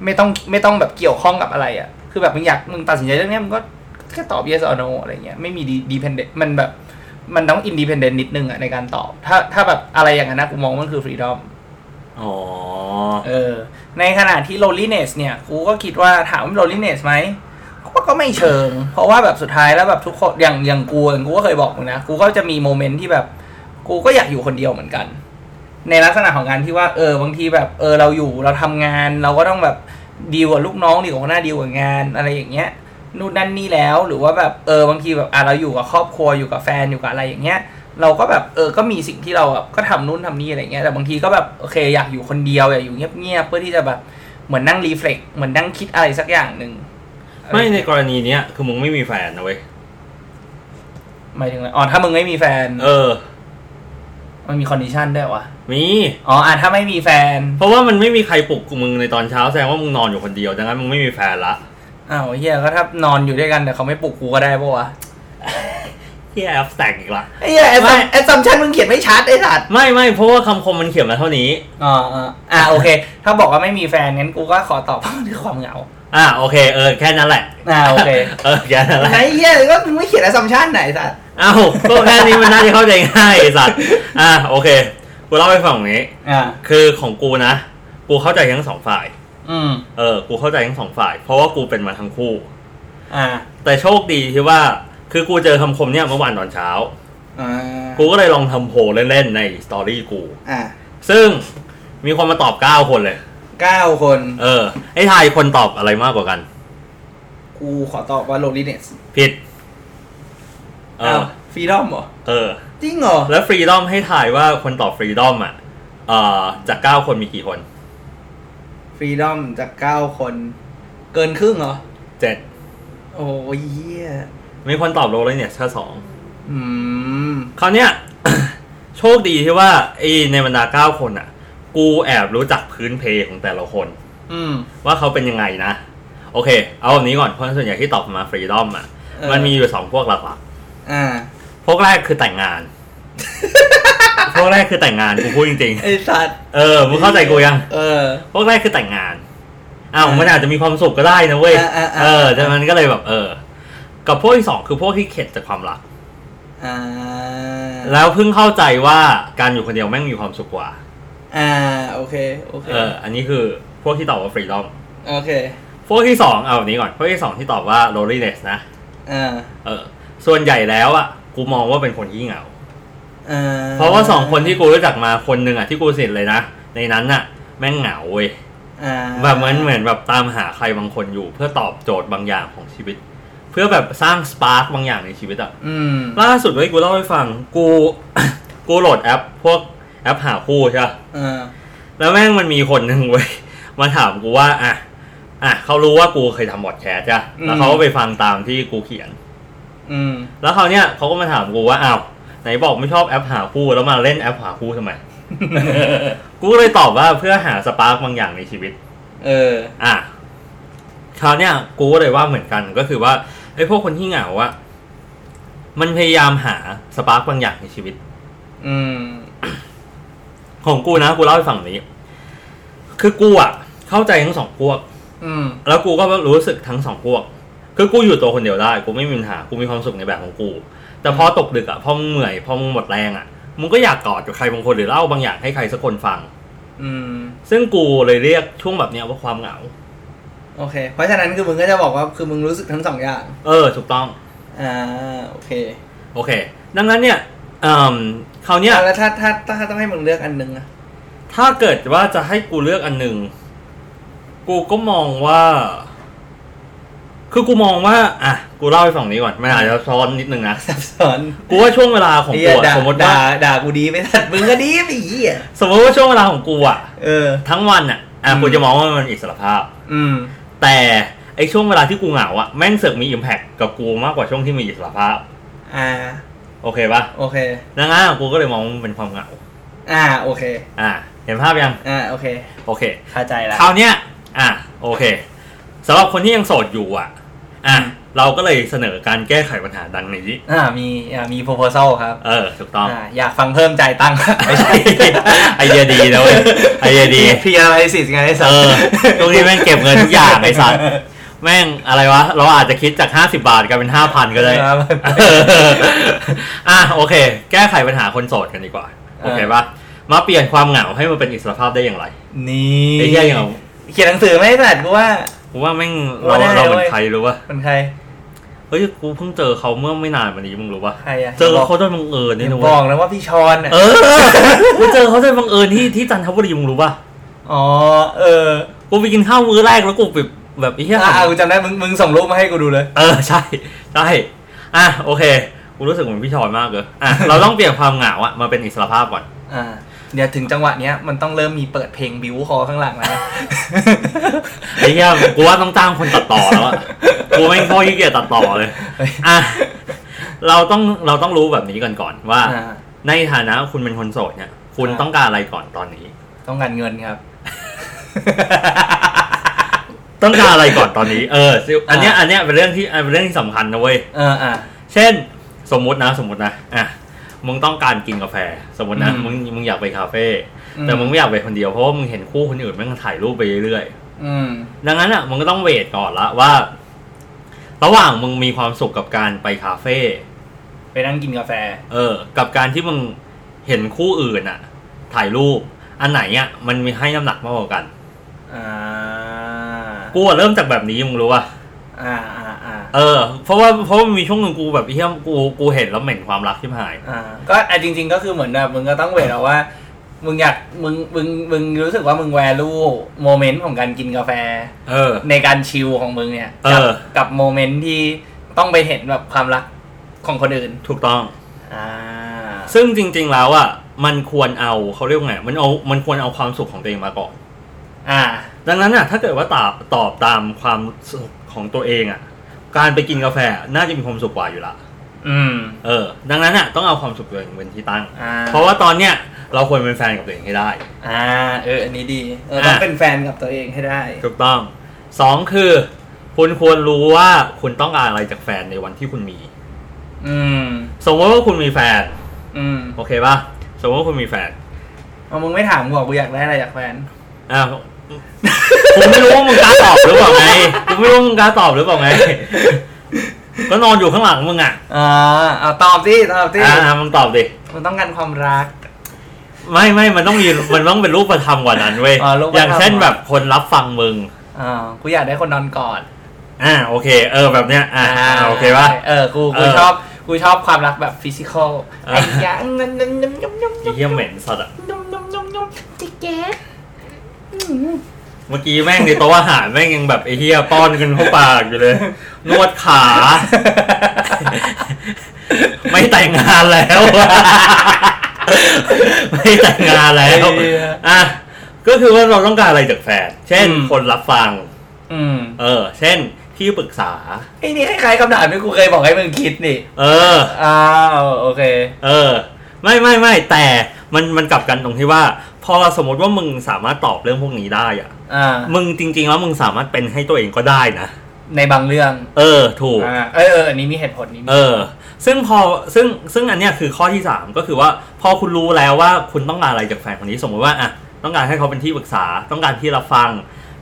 A: ไม่ต้องไม่ต้องแบบเกี่ยวข้องกับอะไรอะคือแบบมึงอยากมึงตัดสินใจเรื่องเนี้ยมึงก็แค่ตอบ yes or no อะไรเงี้ยไม่มีดีพ e นเดนต์มันแบบมันต้องอินดีพ e นเดนต์นิดนึงอะในการตอบ ถ้าถ้าแบบอะไรอย่างนั้นนะกูมองว่ามันคือ freedom
B: อ๋อ
A: เออในขณะที่ loneliness เนี่ยกูก็คิดว่าถามว่า loneliness ไหมกูว่าก็ไม่เชิง เพราะว่าแบบสุดท้ายแล้วแบบทุกคนอย่างอย่างกูเองกูก็เคยบอกมึงนะ กูก็จะมีโมเมนต์ที่แบบ กูก็อยากอยู่คนเดียวเหมือนกัน ในลักษณะของงานที่ว่าเออบางทีแบบเออเราอยู่เราทำงาน เราก็ต้องแบบดีลกับลูกน้องดีลกับหัวหน้าดีลกับงานอะไรอย่างเงี้ยนู่นนั่นนี่แล้วหรือว่าแบบเออบางทีแบบอ่ะเราอยู่กับครอบครัวอยู่กับแฟนอยู่กับอะไรอย่างเงี้ย เราก็แบบเออก็มีสิ่งที่เราแบบก็ทำนู่นทำนี่อะไรเงี้ยแต่บางทีก็แบบโอเคอยากอยู่คนเดียวอยากอยู่เงียบๆเพื่อที่จะแบบเหมือนนั่งรีเฟล็กเหมือนนั่งคิดอะไรสักอย่างหนึ่ง
B: ไม่ในกรณีเนี้ยคือมึงไม่มีแฟนนะเว้ย
A: หมายถึงอะไรอ๋อถ้ามึงไม่มีแฟน
B: เออ
A: มันมีคอนดิชันด้วยวะ
B: มี
A: อ๋ออ่ะถ้าไม่มีแฟน
B: เพราะว่ามันไม่มีใครปลุกมึงในตอนเช้าแสดงว่ามึงนอนอยู่คนเดียวดังนั้นมึงไม่มีแฟนละ
A: อ้าวเฮียก็ถ้านอนอยู่ด้วยกันแต่เขาไม่ปลุกกูก็ได้ปะวะ
B: เฮียแอปแตกอีกละ
A: ไอ้เหี้ยแอ
B: ไม่
A: สซัมชันมึงเขียนไม่ชัดไอ้สัตว์
B: ไม่ไม่เพราะว่าคำคมมันเขียนมาเท่านี้
A: อ๋ออ่ะอ่ะโอเค ถ้าบอกว่าไม่มีแฟนงั้นกูก็ขอตอบว่ามันคือความเหงา
B: อ่ะโอเคเออแค่นั้นแหละ
A: อ่าโอเค
B: เออแค่นั้นแหละ
A: ไอ้เหี้ยก็มึงไม่เขียนแอสซัมชันไหนสัตว์
B: เอ้าก็แค่นี้มันน่าจะเข้าใจง่ายไอ้สัตว์อ่ะโอเคกูเล่าให้ฟังตรงนี้
A: อ่า
B: คือของกูนะ กูเข้าใจทั้งสองฝ่าย
A: อืม
B: เออ กูเข้าใจทั้งสองฝ่าย เพราะว่ากูเป็นมาทั้งคู่
A: อ่า
B: แต่โชคดีที่ว่า คือกูเจอคำคมเนี่ยเมื่อวานตอนเช้า
A: อ่า
B: กูก็เลยลองทำโพลเล่นๆในสตอรี่กู
A: อ่า
B: ซึ่งมีคนมาตอบ 9 คนเลย
A: เก้าคน
B: เออ ไอ้ทายคนตอบอะไรมากกว่ากัน
A: กูขอตอบว่าโลลิเนส
B: ผิด เออ
A: ฟรีดอมเหรอ
B: เออ
A: จริงเหรอ
B: แล้วฟรีดอมให้ทายว่าคนตอบฟรีดอมอ่ะเอ่อจาก 9 คนมีกี่คน
A: ฟรีดอมจากเก้าคน เกินครึ่งเหรอ
B: 7
A: โอ้ยเหี้ย
B: มีคนตอบโรเลยเนี่ยแค่สอง
A: อืม
B: คราวเนี้ย โชคดีที่ว่าไอ้ในบรรดา 9 คนอ่ะ กูแอบรู้จักพื้นเพของแต่ละคน
A: อืม
B: ว่าเขาเป็นยังไงนะ โอเค เอาแบบนี้ก่อนเพราะส่วนใหญ่ที่ตอบมาฟรีดอมอ่ะ
A: เออ
B: มันมีอยู่สองพวกหลัก
A: อ่า
B: ๆพวกแรกคือแต่งงาน พวกแรกคือแต่งงานกูพูดจริง
A: ไอสัตว์
B: ๆเออมึงเข้าใจกูยัง
A: เออ
B: พวกแรกคือแต่งงานอ้าว
A: อ่ามั
B: มันอาจจะมีความสุขก็ได้นะเว้ย
A: อ่าอ่าอ่า
B: เออแต่มันก็เลยแบบ เออ กับพวกที่สองคือพวกที่เข็ดจากความรัก
A: อ่า
B: แล้วเพิ่งเข้าใจว่าการอยู่คนเดียวแม่งมีความสุขกว่า
A: อ่า โอเค โอเค
B: เออ อันนี้คือพวกที่ตอบว่าฟรีดอม
A: โอเค
B: พวกที่สองเอาแบบนี้ก่อน พวกที่สองที่ตอบว่า loneliness นะ
A: อ่า
B: เออ ส่วนใหญ่แล้วอ่ะ กูมองว่าเป็นคนที่เหงา
A: อ่า
B: เพราะว่าสองคนที่กูรู้จักมาคนหนึ่งอ่ะที่กูสนิทเลยนะ ในนั้นน่ะ แม่งเหงาเว้ย
A: อ่า
B: แบบเหมันเหมือนแบบตามหาใครบางคนอยู่ เพื่อตอบโจทย์บางอย่างของชีวิต เพื่อแบบสร้างสปาร์กบางอย่างในชีวิตอ่ะ
A: อืม
B: ล่าสุดเว้ยกูเล่าให้ฟัง กู กูโหลดแอป พวกแอปหาคู่ใช่ปะ
A: อ่า
B: แล้วแม่งมันมีคนหนึ่งเว้ย มาถามกูว่า อ่ะ อ่ะเขารู้ว่ากูเคยทำบอดแคสต์จ้ะ
A: อืม
B: แล้วเขาก็ไปฟังตามที่กูเขียน
A: อืม
B: แล้วเขาวเนี้ยเขาก็มาถามกูว่าอ้าวไหนบอกไม่ชอบแอปหาคู่แล้วมาเล่นแอปหาคู่ทำไม กูก็เลยตอบว่าเพื่อหาสปาร์กบางอย่างในชีวิต
A: เออ
B: อ่ะคราวเนี้ยกูก็เลยว่าเหมือนกันก็คือว่าไอ้พวกคนที่เหงาอะมันพยายามหาสปาร์กบางอย่างในชีวิต
A: อืม
B: ของกูนะกูเล่าให้ฟังแบบนี้ คือกูอะเข้าใจทั้งสองพวก
A: อืม
B: แล้วกูก็รู้สึกทั้งสองพวก คือกูอยู่ตัวคนเดียวได้ กูไม่มีปัญหา กูมีความสุขในแบบของกู แต่พอตกดึกอะพอมึงเหนื่อยพอมึงหมดแรงอะมึงก็อยากกอดกับใครบางคนหรือเล่าบางอย่างให้ใครสักคนฟัง
A: อืม
B: ซึ่งกูเลยเรียกช่วงแบบเนี้ยว่าความเหงา
A: โอเค เพราะฉะนั้นคือมึงก็จะบอกว่าคือมึงรู้สึกทั้งสองอย่าง
B: เออ ถูกต้อง
A: อ่า โอเค
B: โอเค ดังนั้นเนี่ยเอ่มคราวเนี้ย
A: แล้วถ้าถ้าถ้าต้องให้มึงเลือกอันหนึงอะ
B: ถ้าเกิดว่าจะให้กูเลือกอันหนึ่ง กูก็มองว่า คือกูมองว่า อ่ะ กูเล่าให้ฝั่งนี้ก่อน มันอาจจะซ้อนนิดนึงนะ
A: ซับซ้อน
B: กูว่าช่วงเวลาของ
A: ไอ้
B: กู
A: เหี้ย
B: อะ
A: ด่า
B: สมมติว่า
A: ด่าด่ากูดีไม่ทัดมึงก็ดีไปเหี้ย
B: สมมติว่าช่วงเวลาของกูอะ
A: เออ
B: ทั้งวันอะอ่ะ
A: อืม
B: กูจะมองว่ามันอิสระภาพ
A: อืม
B: แต่ไอช่วงเวลาที่กูเหงาอะแม่งเสือกมีอิมแพคกับกูมากกว่าช่วงที่มีอิสระภาพ
A: อ่า
B: โอเคปะ
A: โอเค
B: ดังนั้นกูก็เลยมองว่ามันเป็นความเหงา
A: อ่าโอเค
B: อ่า เห็นภาพยัง
A: อ่าโอเค
B: โอเค
A: เข้าใจละ
B: คราวเนี้ย อ่ะ โอเคสำหรับคนที่ยังโสดอยู่อ่ะ อ่ะ
A: อืม
B: เราก็เลยเสนอการแก้ไขปัญหาดังนี้
A: อ่ามีอ่ามี proposal ครับ
B: เออ ถูกต้อง
A: อ่าอยากฟังเพิ่มจ่ายตังค์
B: ไม่ใช่ ไอเดียดีนะเว้ย ไอเดียดี
A: พีอาร์ไอซิสไงไอ้สั
B: เอ
A: ส
B: อตรงนี้แม่งเก็บเงินทุกอย่างไอสัตว์ แม่งอะไรวะ เราอาจจะคิดจาก 50 บาทกลายเป็น 5,000 ก็ได้
A: ครับ
B: เอออ่ะโอเค แก้ไขปัญหาคนโสดกันดีกว่า โอเคปะมาเปลี่ยนความเหงาให้มันเป็นอิสรภาพได้อย่างไร
A: นี่
B: ไอ้เหี้ยอย่าง
A: เขียนหนังสือไหมไอ้สัตว์กูว่า
B: กูว่าแม่งเรา
A: ว่าได้
B: เราเป็
A: เว้
B: น
A: ย
B: ใครรู้ปะ
A: เป็นใคร
B: เฮ้ยกูเพิ่งเจอเขาเมื่อไม่นานมานี้มึงรู้ปะ
A: ใครอ่ะ
B: เจอเขาโดยบังเอิญนี่นะ
A: บ
B: เว้
A: อย กนะว่าพี่ชอนอ่ะ
B: เออกูเจอเขาโดยบังเอิญที่ที่จันทบุรีมึงรู้ปะ
A: อ๋อเออ
B: กูไปกินข้าวมื้อแรกแล้วกูแบบแบบไอ้เหี้ย
A: อ่ากูจำได้มึงมึงส่งรูปมาให้กูดูเลย
B: เออใช่ใช่อ่ะโอเคกูรู้สึกเหมือนพี่ชอนมากเลย อ่ะเราต้องเปลี่ยนความเหงาอะมาเป็นอิสรภาพก่อน
A: อ่าเดี๋ยวถึงจังหวะเนี้ยมันต้องเริ่มมีเปิดเพลงบิวคอข้างหลังแล้วนะ
B: ไอ้เหี้ยกูว่าต้องจ้างคนตัดต่อ แล้วอะกูไม่งโคตรขี้เกียจตัดต่อเลยอ่ะเราต้องเราต้องรู้แบบนี้ก่อนก่อนว่า
A: อ่า
B: ในฐานะคุณเป็นคนโสดเนี่ย คุณ
A: อ่า
B: ต้องการอะไรก่อนตอนนี้
A: ต้องการเงินครับ
B: ต้องการอะไรก่อนตอนนี้ เออซิอันเนี้ยอันเนี้ยเป็นเรื่องที่เป็นเรื่องที่สำคัญนะเว้ย
A: เอออ่ะ
B: เช่น สมมตินะ สมมตินะอ่ะมึงต้องการกินกาแฟ สมมตินะ
A: อืม
B: มึงมึงอยากไปคาเฟ่
A: อื
B: แต่มึงไม่อยากไปคนเดียวเพราะว่ามึงเห็นคู่คนอื่นแม่งถ่ายรูปไปเรื่อยๆ
A: อืม
B: ดังนั้นอ่ะมันก็ต้องเวทก่อนละว่า ระหว่างมึงมีความสุขกับการไปคาเฟ่
A: ไปนั่งกินกาแฟ
B: เออ กับการที่มึงเห็นคู่อื่นอ่ะ ถ่ายรูป อันไหนอ่ะมันมีให้น้ำหนักมากกว่ากัน
A: อ่า
B: กูอะเริ่มจากแบบนี้มึงรู้ป่ะ
A: อ่าอ่าอ่า
B: เออเพราะว่าเพราะว่ามันมีช่วงหนึ่งกูแบบเฮี้ยกูกูเห็นแล้วเหม็นความรักที่หาย
A: อ่าก็อ่ะจริง ๆ ก็คือเหมือนแบบมึงก็ต้องเวทเอาว่า มึงอยากมึงมึงมึงรู้สึกว่ามึงแวลูโมเมนต์ของการกินกาแฟ
B: เออ
A: ในการชิลของมึงเนี่ย
B: เอ
A: กั
B: อ
A: กับโมเมนต์ที่ต้องไปเห็นแบบความรักของคนอื่น
B: ถูกต้อง
A: อ่า
B: ซึ่งจริง ๆ แล้วอ่ะมันควรเอาเขาเรียกว่าไงมันเอามันควรเอาความสุขของตัวเองมาก่อน
A: อ่า
B: ดังนั้นอ่ะถ้าเกิดว่าตอบตอบตามความสุขของตัวเองอ่ะ การไปกินกาแฟน่าจะมีความสุขกว่าอยู่ละ
A: อืม
B: เออ ดังนั้นอ่ะต้องเอาความสุขตัวเองเป็นที่ตั้ง
A: อ่า
B: เพราะว่าตอนเนี้ยเราควรเป็นแฟนกับตัวเองให้ได้
A: อ่า เออ อันนี้ดี เออ ต้อง
B: อ่ะ
A: เป็นแฟนกับตัวเองให้ได้
B: ถูกต้องสองคือ คุณควรรู้ว่าคุณต้องการอะไรจากแฟนในวันที่คุณมี
A: อืม
B: สมมติว่าคุณมีแฟน
A: อืม
B: โอเคป่ะสมมติว่าคุณมีแฟน
A: เอามึงไม่ถามกูหรอกกูอยากได้อะไรจากแฟน
B: อ้ าวกูไม่รู้ว่ามึงกล้าตอบหรือเปล่าไง กูไม่รู้ว่ามึงกล้าตอบหรือเป ล่าไง ก็นอนอยู่ข้างหลังมึงอ่ะ
A: อ่าเอาตอบสิตอบสิ
B: อ่ามึงตอบดิ
A: มันต้องการความรัก
B: ไม่ไม่มันต้องมี มันต้องเป็นรูปธรรมกว่านั้นเว้ย
A: อ๋อรูปธรรม
B: อย่างเช่นแบบคนรับฟังมึง
A: อ่ากูอยากได้คนนอนกอด
B: อ่าโอเค เออแบบเนี้ยอ่าอ่าโอเคป่ะ
A: เออกู
B: เอ
A: กู
B: อ
A: ชอบกูชอบความรักแบบฟิสิกอล
B: เออ
A: ไอ้ยางนั้นนั้นนั้นยมยมย
B: ไอ้
A: ม
B: เหี้ยเหม็นสัตว์อะ
A: ยมยมยมยมจิกแกส
B: เมื่อกี้แม่งในโต๊ะอาหารแม่งยังแบบไอ้เหี้ยป้อนกันเข้าปากอยู่เลย นวดขา ไม่แต่งงานแล้ว ไม่แต่งงานแล้ว
A: เออ
B: อ่ะก็คือว่าเราต้องการอะไรจากแฟน เช่น
A: อืม
B: คนรับฟัง
A: อืม
B: เออ เช่นที่ปรึกษา
A: ไอ้นี่คล้ายๆคำถามที่กูเคยบอกให้มึงคิดนี่
B: เออ
A: อ้าวโอเค
B: เออ ไม่ไม่ไม่แต่มันมันกลับกันตรงที่ว่า พอสมมติว่ามึงสามารถตอบเรื่องพวกนี้ได้อะ
A: อ่า
B: มึงจริง ๆ แล้วมึงสามารถเป็นให้ตัวเองก็ได้นะ
A: ในบางเรื่อง
B: เออ ถูก
A: อ่าเออเอออันนี้มีเหตุผลนี้มี
B: เออ ซึ่งพอซึ่งซึ่งอันเนี้ยคือข้อที่สามก็คือว่า พอคุณรู้แล้วว่าคุณต้องการอะไรจากแฟนคนนี้สมมติว่าอ่ะต้องการให้เขาเป็นที่ปรึกษา ต้องการที่รับฟัง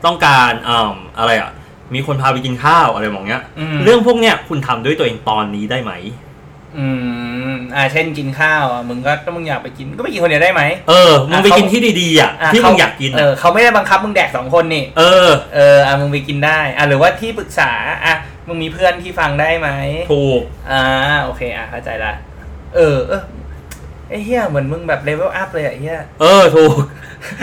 B: ต้องการอ่าอะไรอ่ะ มีคนพาไปกินข้าวอะไรมองเงี้ย
A: ม
B: เรื่องพวกเนี้ยคุณทำด้วยตัวเองตอนนี้ได้ไหม
A: อืมอ่าเช่นกินข้าวอ่ะมึงก็ถ้ามึงอยากไปกินก็ไปกินคนเดียวได้ไหม
B: เออมึงไปกินที่ดีๆอ่ะ
A: อ่ะ
B: ที่
A: เข
B: มึงอยากกิน
A: เอ
B: อะ
A: อเขาไม่ได้บังคับมึงแดกสองคนนี่
B: เออ
A: เอออ่ะมึงไปกินได้ อ่ะหรือว่าที่ปรึกษา อ่ะมึงมีเพื่อนที่ฟังได้ไหม
B: ถูก
A: อ่าโอเค อ่ะเข้าใจละ เออ เออไอ้เฮียเหมือนมึงแบบเลเวลอัพเลยอ่ะไอ้เฮีย
B: เออถูก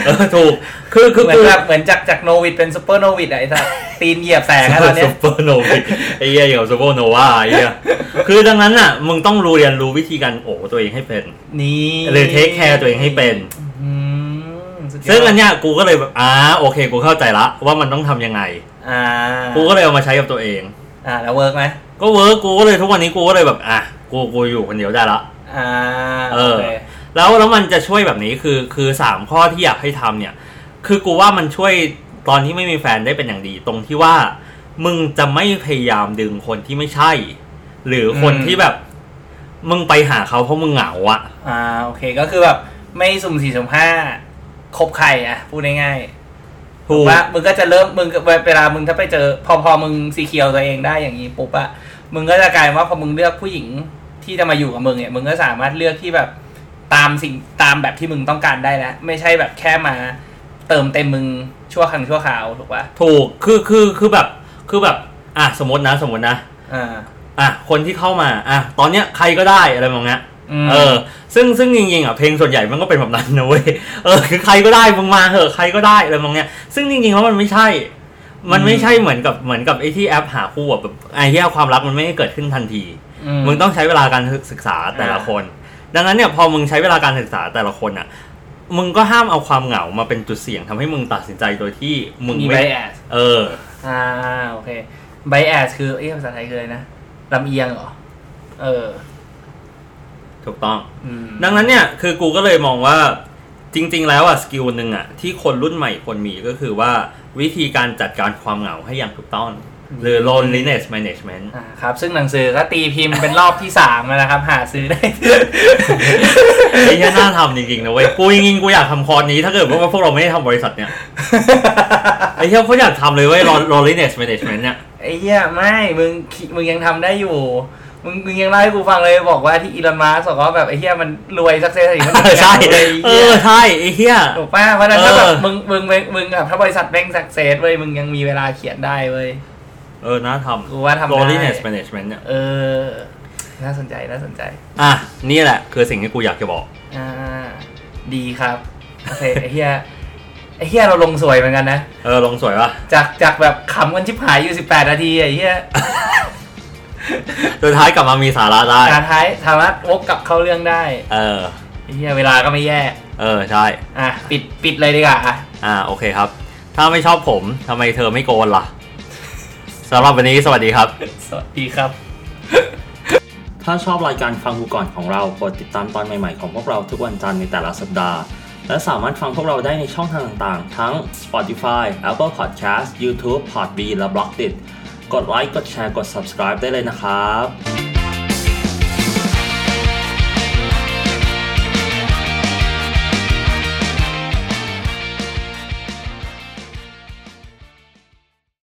B: เออถูก คือคือ
A: เหมือน
B: คือ
A: แบบเหมือนจากจากโนวิดเป็นซูเปอร์โนวิดอ่ะไอ้สัสตีนเหยียบแสงอะตอนเนี้
B: ซู
A: ย
B: เปอร์โนวาไอ้เหี้ยอย่างซูเปอร์โนวาไอ้เหี้ยคือดังนั้นอ่ะ มึงต้องรู้เรียนรู้วิธีการโอบตัวเองให้เป็น
A: นี่
B: หรือเทคแคร์ตัวเองให้เป็น
A: อืมสุดยด
B: ซึ่งอันเนี้ยกูก็เลยแบบอ่าโอเค กูเข้าใจละ ว่ามันต้องทำยังไง
A: อ่า
B: กูก็เลยเอามาใช้กับตัวเอง
A: อ่าแล้วเวิร์กไหม
B: ก็เวิร์กกูก็เลยทุกวันนี้กูก็เลยแบบอ่ะ กูกูอยู่คนเดียวได้ละ
A: อ่า
B: เออ
A: โค
B: แล้วแล้วมันจะช่วยแบบนี้คือคือสามข้อที่อยากให้ทำเนี่ย คือกูว่ามันช่วยตอนที่ไม่มีแฟนได้เป็นอย่างดี ตรงที่ว่า มึงจะไม่พยายามดึงคนที่ไม่ใช่ หรือคนที่แบบ มึงไปหาเขาเพราะมึงเหงาอะ
A: อ่าโอเคก็คือแบบไม่สุ่มสี่สุ่มห้าคบใครอ่ะพูดง่ายๆ
B: ถู
A: ถู
B: ก
A: กปะมึงก็จะเริ่มมึงก็เวลามึงถ้าไปเจอ พอพอมึงซีเคียวตัวเองได้อย่างนี้ปุ๊บอะมึงก็จะกลายว่าพอมึงเลือกผู้หญิงที่จะมาอยู่กับมึงเนี่ยมึงก็สามารถเลือกที่แบบตามสิ่งตามแบบที่มึงต้องการได้แล้วไม่ใช่แบบแค่มาเติมเต็มมึงชั่วครั้งชั่วคราวถูกปะ
B: ถูกคือคือคือแบบคือแบบ อ่ะสมมตินะ สมมตินะ
A: อ่า
B: อ่ะคนที่เข้ามาอ่ะตอนเนี้ยใครก็ได้อะไรแบบเนี้ย
A: ม
B: เออ ซึ่งซึ่งจริงๆอ่ะเพลงส่วนใหญ่มันก็เป็นแบบนั้นนะเว้ย เออคือใครก็ได้มึงมาเหอะใครก็ได้อะไรมองเนี้ย ซึ่งจริงๆแล้วมันไม่ใช่ มันไม่ใช่เหมือนกับเหมือนกับไอ้ที่แอปหาคู่อ่ะแบบไอ้ที่ความรักมันไม่ได้เกิดขึ้นทันที มึงต้องใช้เวลาการศึกษาแต่ละ
A: อ่า
B: คน ดังนั้นเนี่ยพอมึงใช้เวลาการศึกษาแต่ละคนอ่ะ มึงก็ห้ามเอาความเหงามาเป็นจุดเสี่ยงทำให้มึงตัดสินใจโดยที่มึง
A: มีไบ
B: ไม่
A: แอส
B: เออ
A: อ่าโอเคไบแอสคือเอ๊ะภาษาไทยคืออะไรนะลำเอียงเหรอ เออ
B: ถูกต้อง
A: อืม
B: ดังนั้นเนี่ยคือกูก็เลยมองว่าจริง ๆ แล้วอ่ะสกิลหนึ่งอ่ะที่คนรุ่นใหม่ควรมีก็คือว่าวิธีการจัดการความเหงาให้อย่างถูกต้อง หรือ loneliness management
A: อ่าครับ ซึ่งหนังสือก็ตีพิมพ์เป็นรอบที่สามแล้วนะครับ หาซื้อได้
B: ไอ้เนี่ยน่าทำจริง ๆ นะเว้ย กูจริงๆกูอยากทำคอร์สนี้ถ้าเกิดว่าพวกเราไม่ได้ทำบริษัทเนี่ย ไอ้เหี้ยเขาอยากทำเลยเว้ย loneliness management เนี่ย
A: ไอ้เหี้ยไม่มึงคิมึงยังทำได้อยู่ มึงมึงยังเล่าให้กูฟังเลยบอกว่าที่อีลอนมัสก์บอกว่าแบบไอ้เหี้ยมันรวยสักเซสอีกมัน
B: ใช่
A: เลย
B: เออ ใช่ไอ้เหี้ย
A: ถูกป่ะเพราะฉะนั้นถ้าแบบ
B: เออ
A: มึงมึงมึงมึงแบบถ้าบริษัทแม่งสักเซสเว้ยมึงยังมีเวลาเขียนได้เว้ย
B: เออ น่าท
A: กูว่าทำ
B: ำ
A: ได้
B: loneliness management เนี่ย
A: เออ น่าสนใจน่าสนใจ
B: อ่ะ นี่แหละ คือสิ่งที่กูอยากจะบอก
A: อ่าดีครับโอเคไอ้เฮียไอ้เฮียเราลงสวยเหมือนกันนะ
B: เออ ลงสวยป่ะ
A: จากจากแบบขำกันชิบหายอยู่ 18 นาทีไอ้เฮีย
B: สุดท้ายกลับมามีสาระได้
A: ตาท้ายสามารถวกกลับเข้าเรื่องได้
B: เออ
A: ไอ้เฮียเวลาก็ไม่แย่
B: เออ ใช่
A: อ่ะ ปิดปิดเลยดีกว่าอ่ะ
B: อ่าโอเคครับ ถ้าไม่ชอบผมทำไมเธอไม่โกนล่ะสำหรับวันนี้สวัสดีครับ
A: สวัสดีครับ
C: ถ้าชอบรายการฟังกูก่อนของเรากดติดตามตอนใหม่ๆของพวกเราทุกวันจันทร์ในแต่ละสัปดาห์ และสามารถฟังพวกเราได้ในช่องทางต่างๆ ทั้ง Spotify, Apple Podcast, YouTube, Podbean และ b l o g d i t กดไลค์ กดแชร์ กด subscribe ได้เลยนะครับ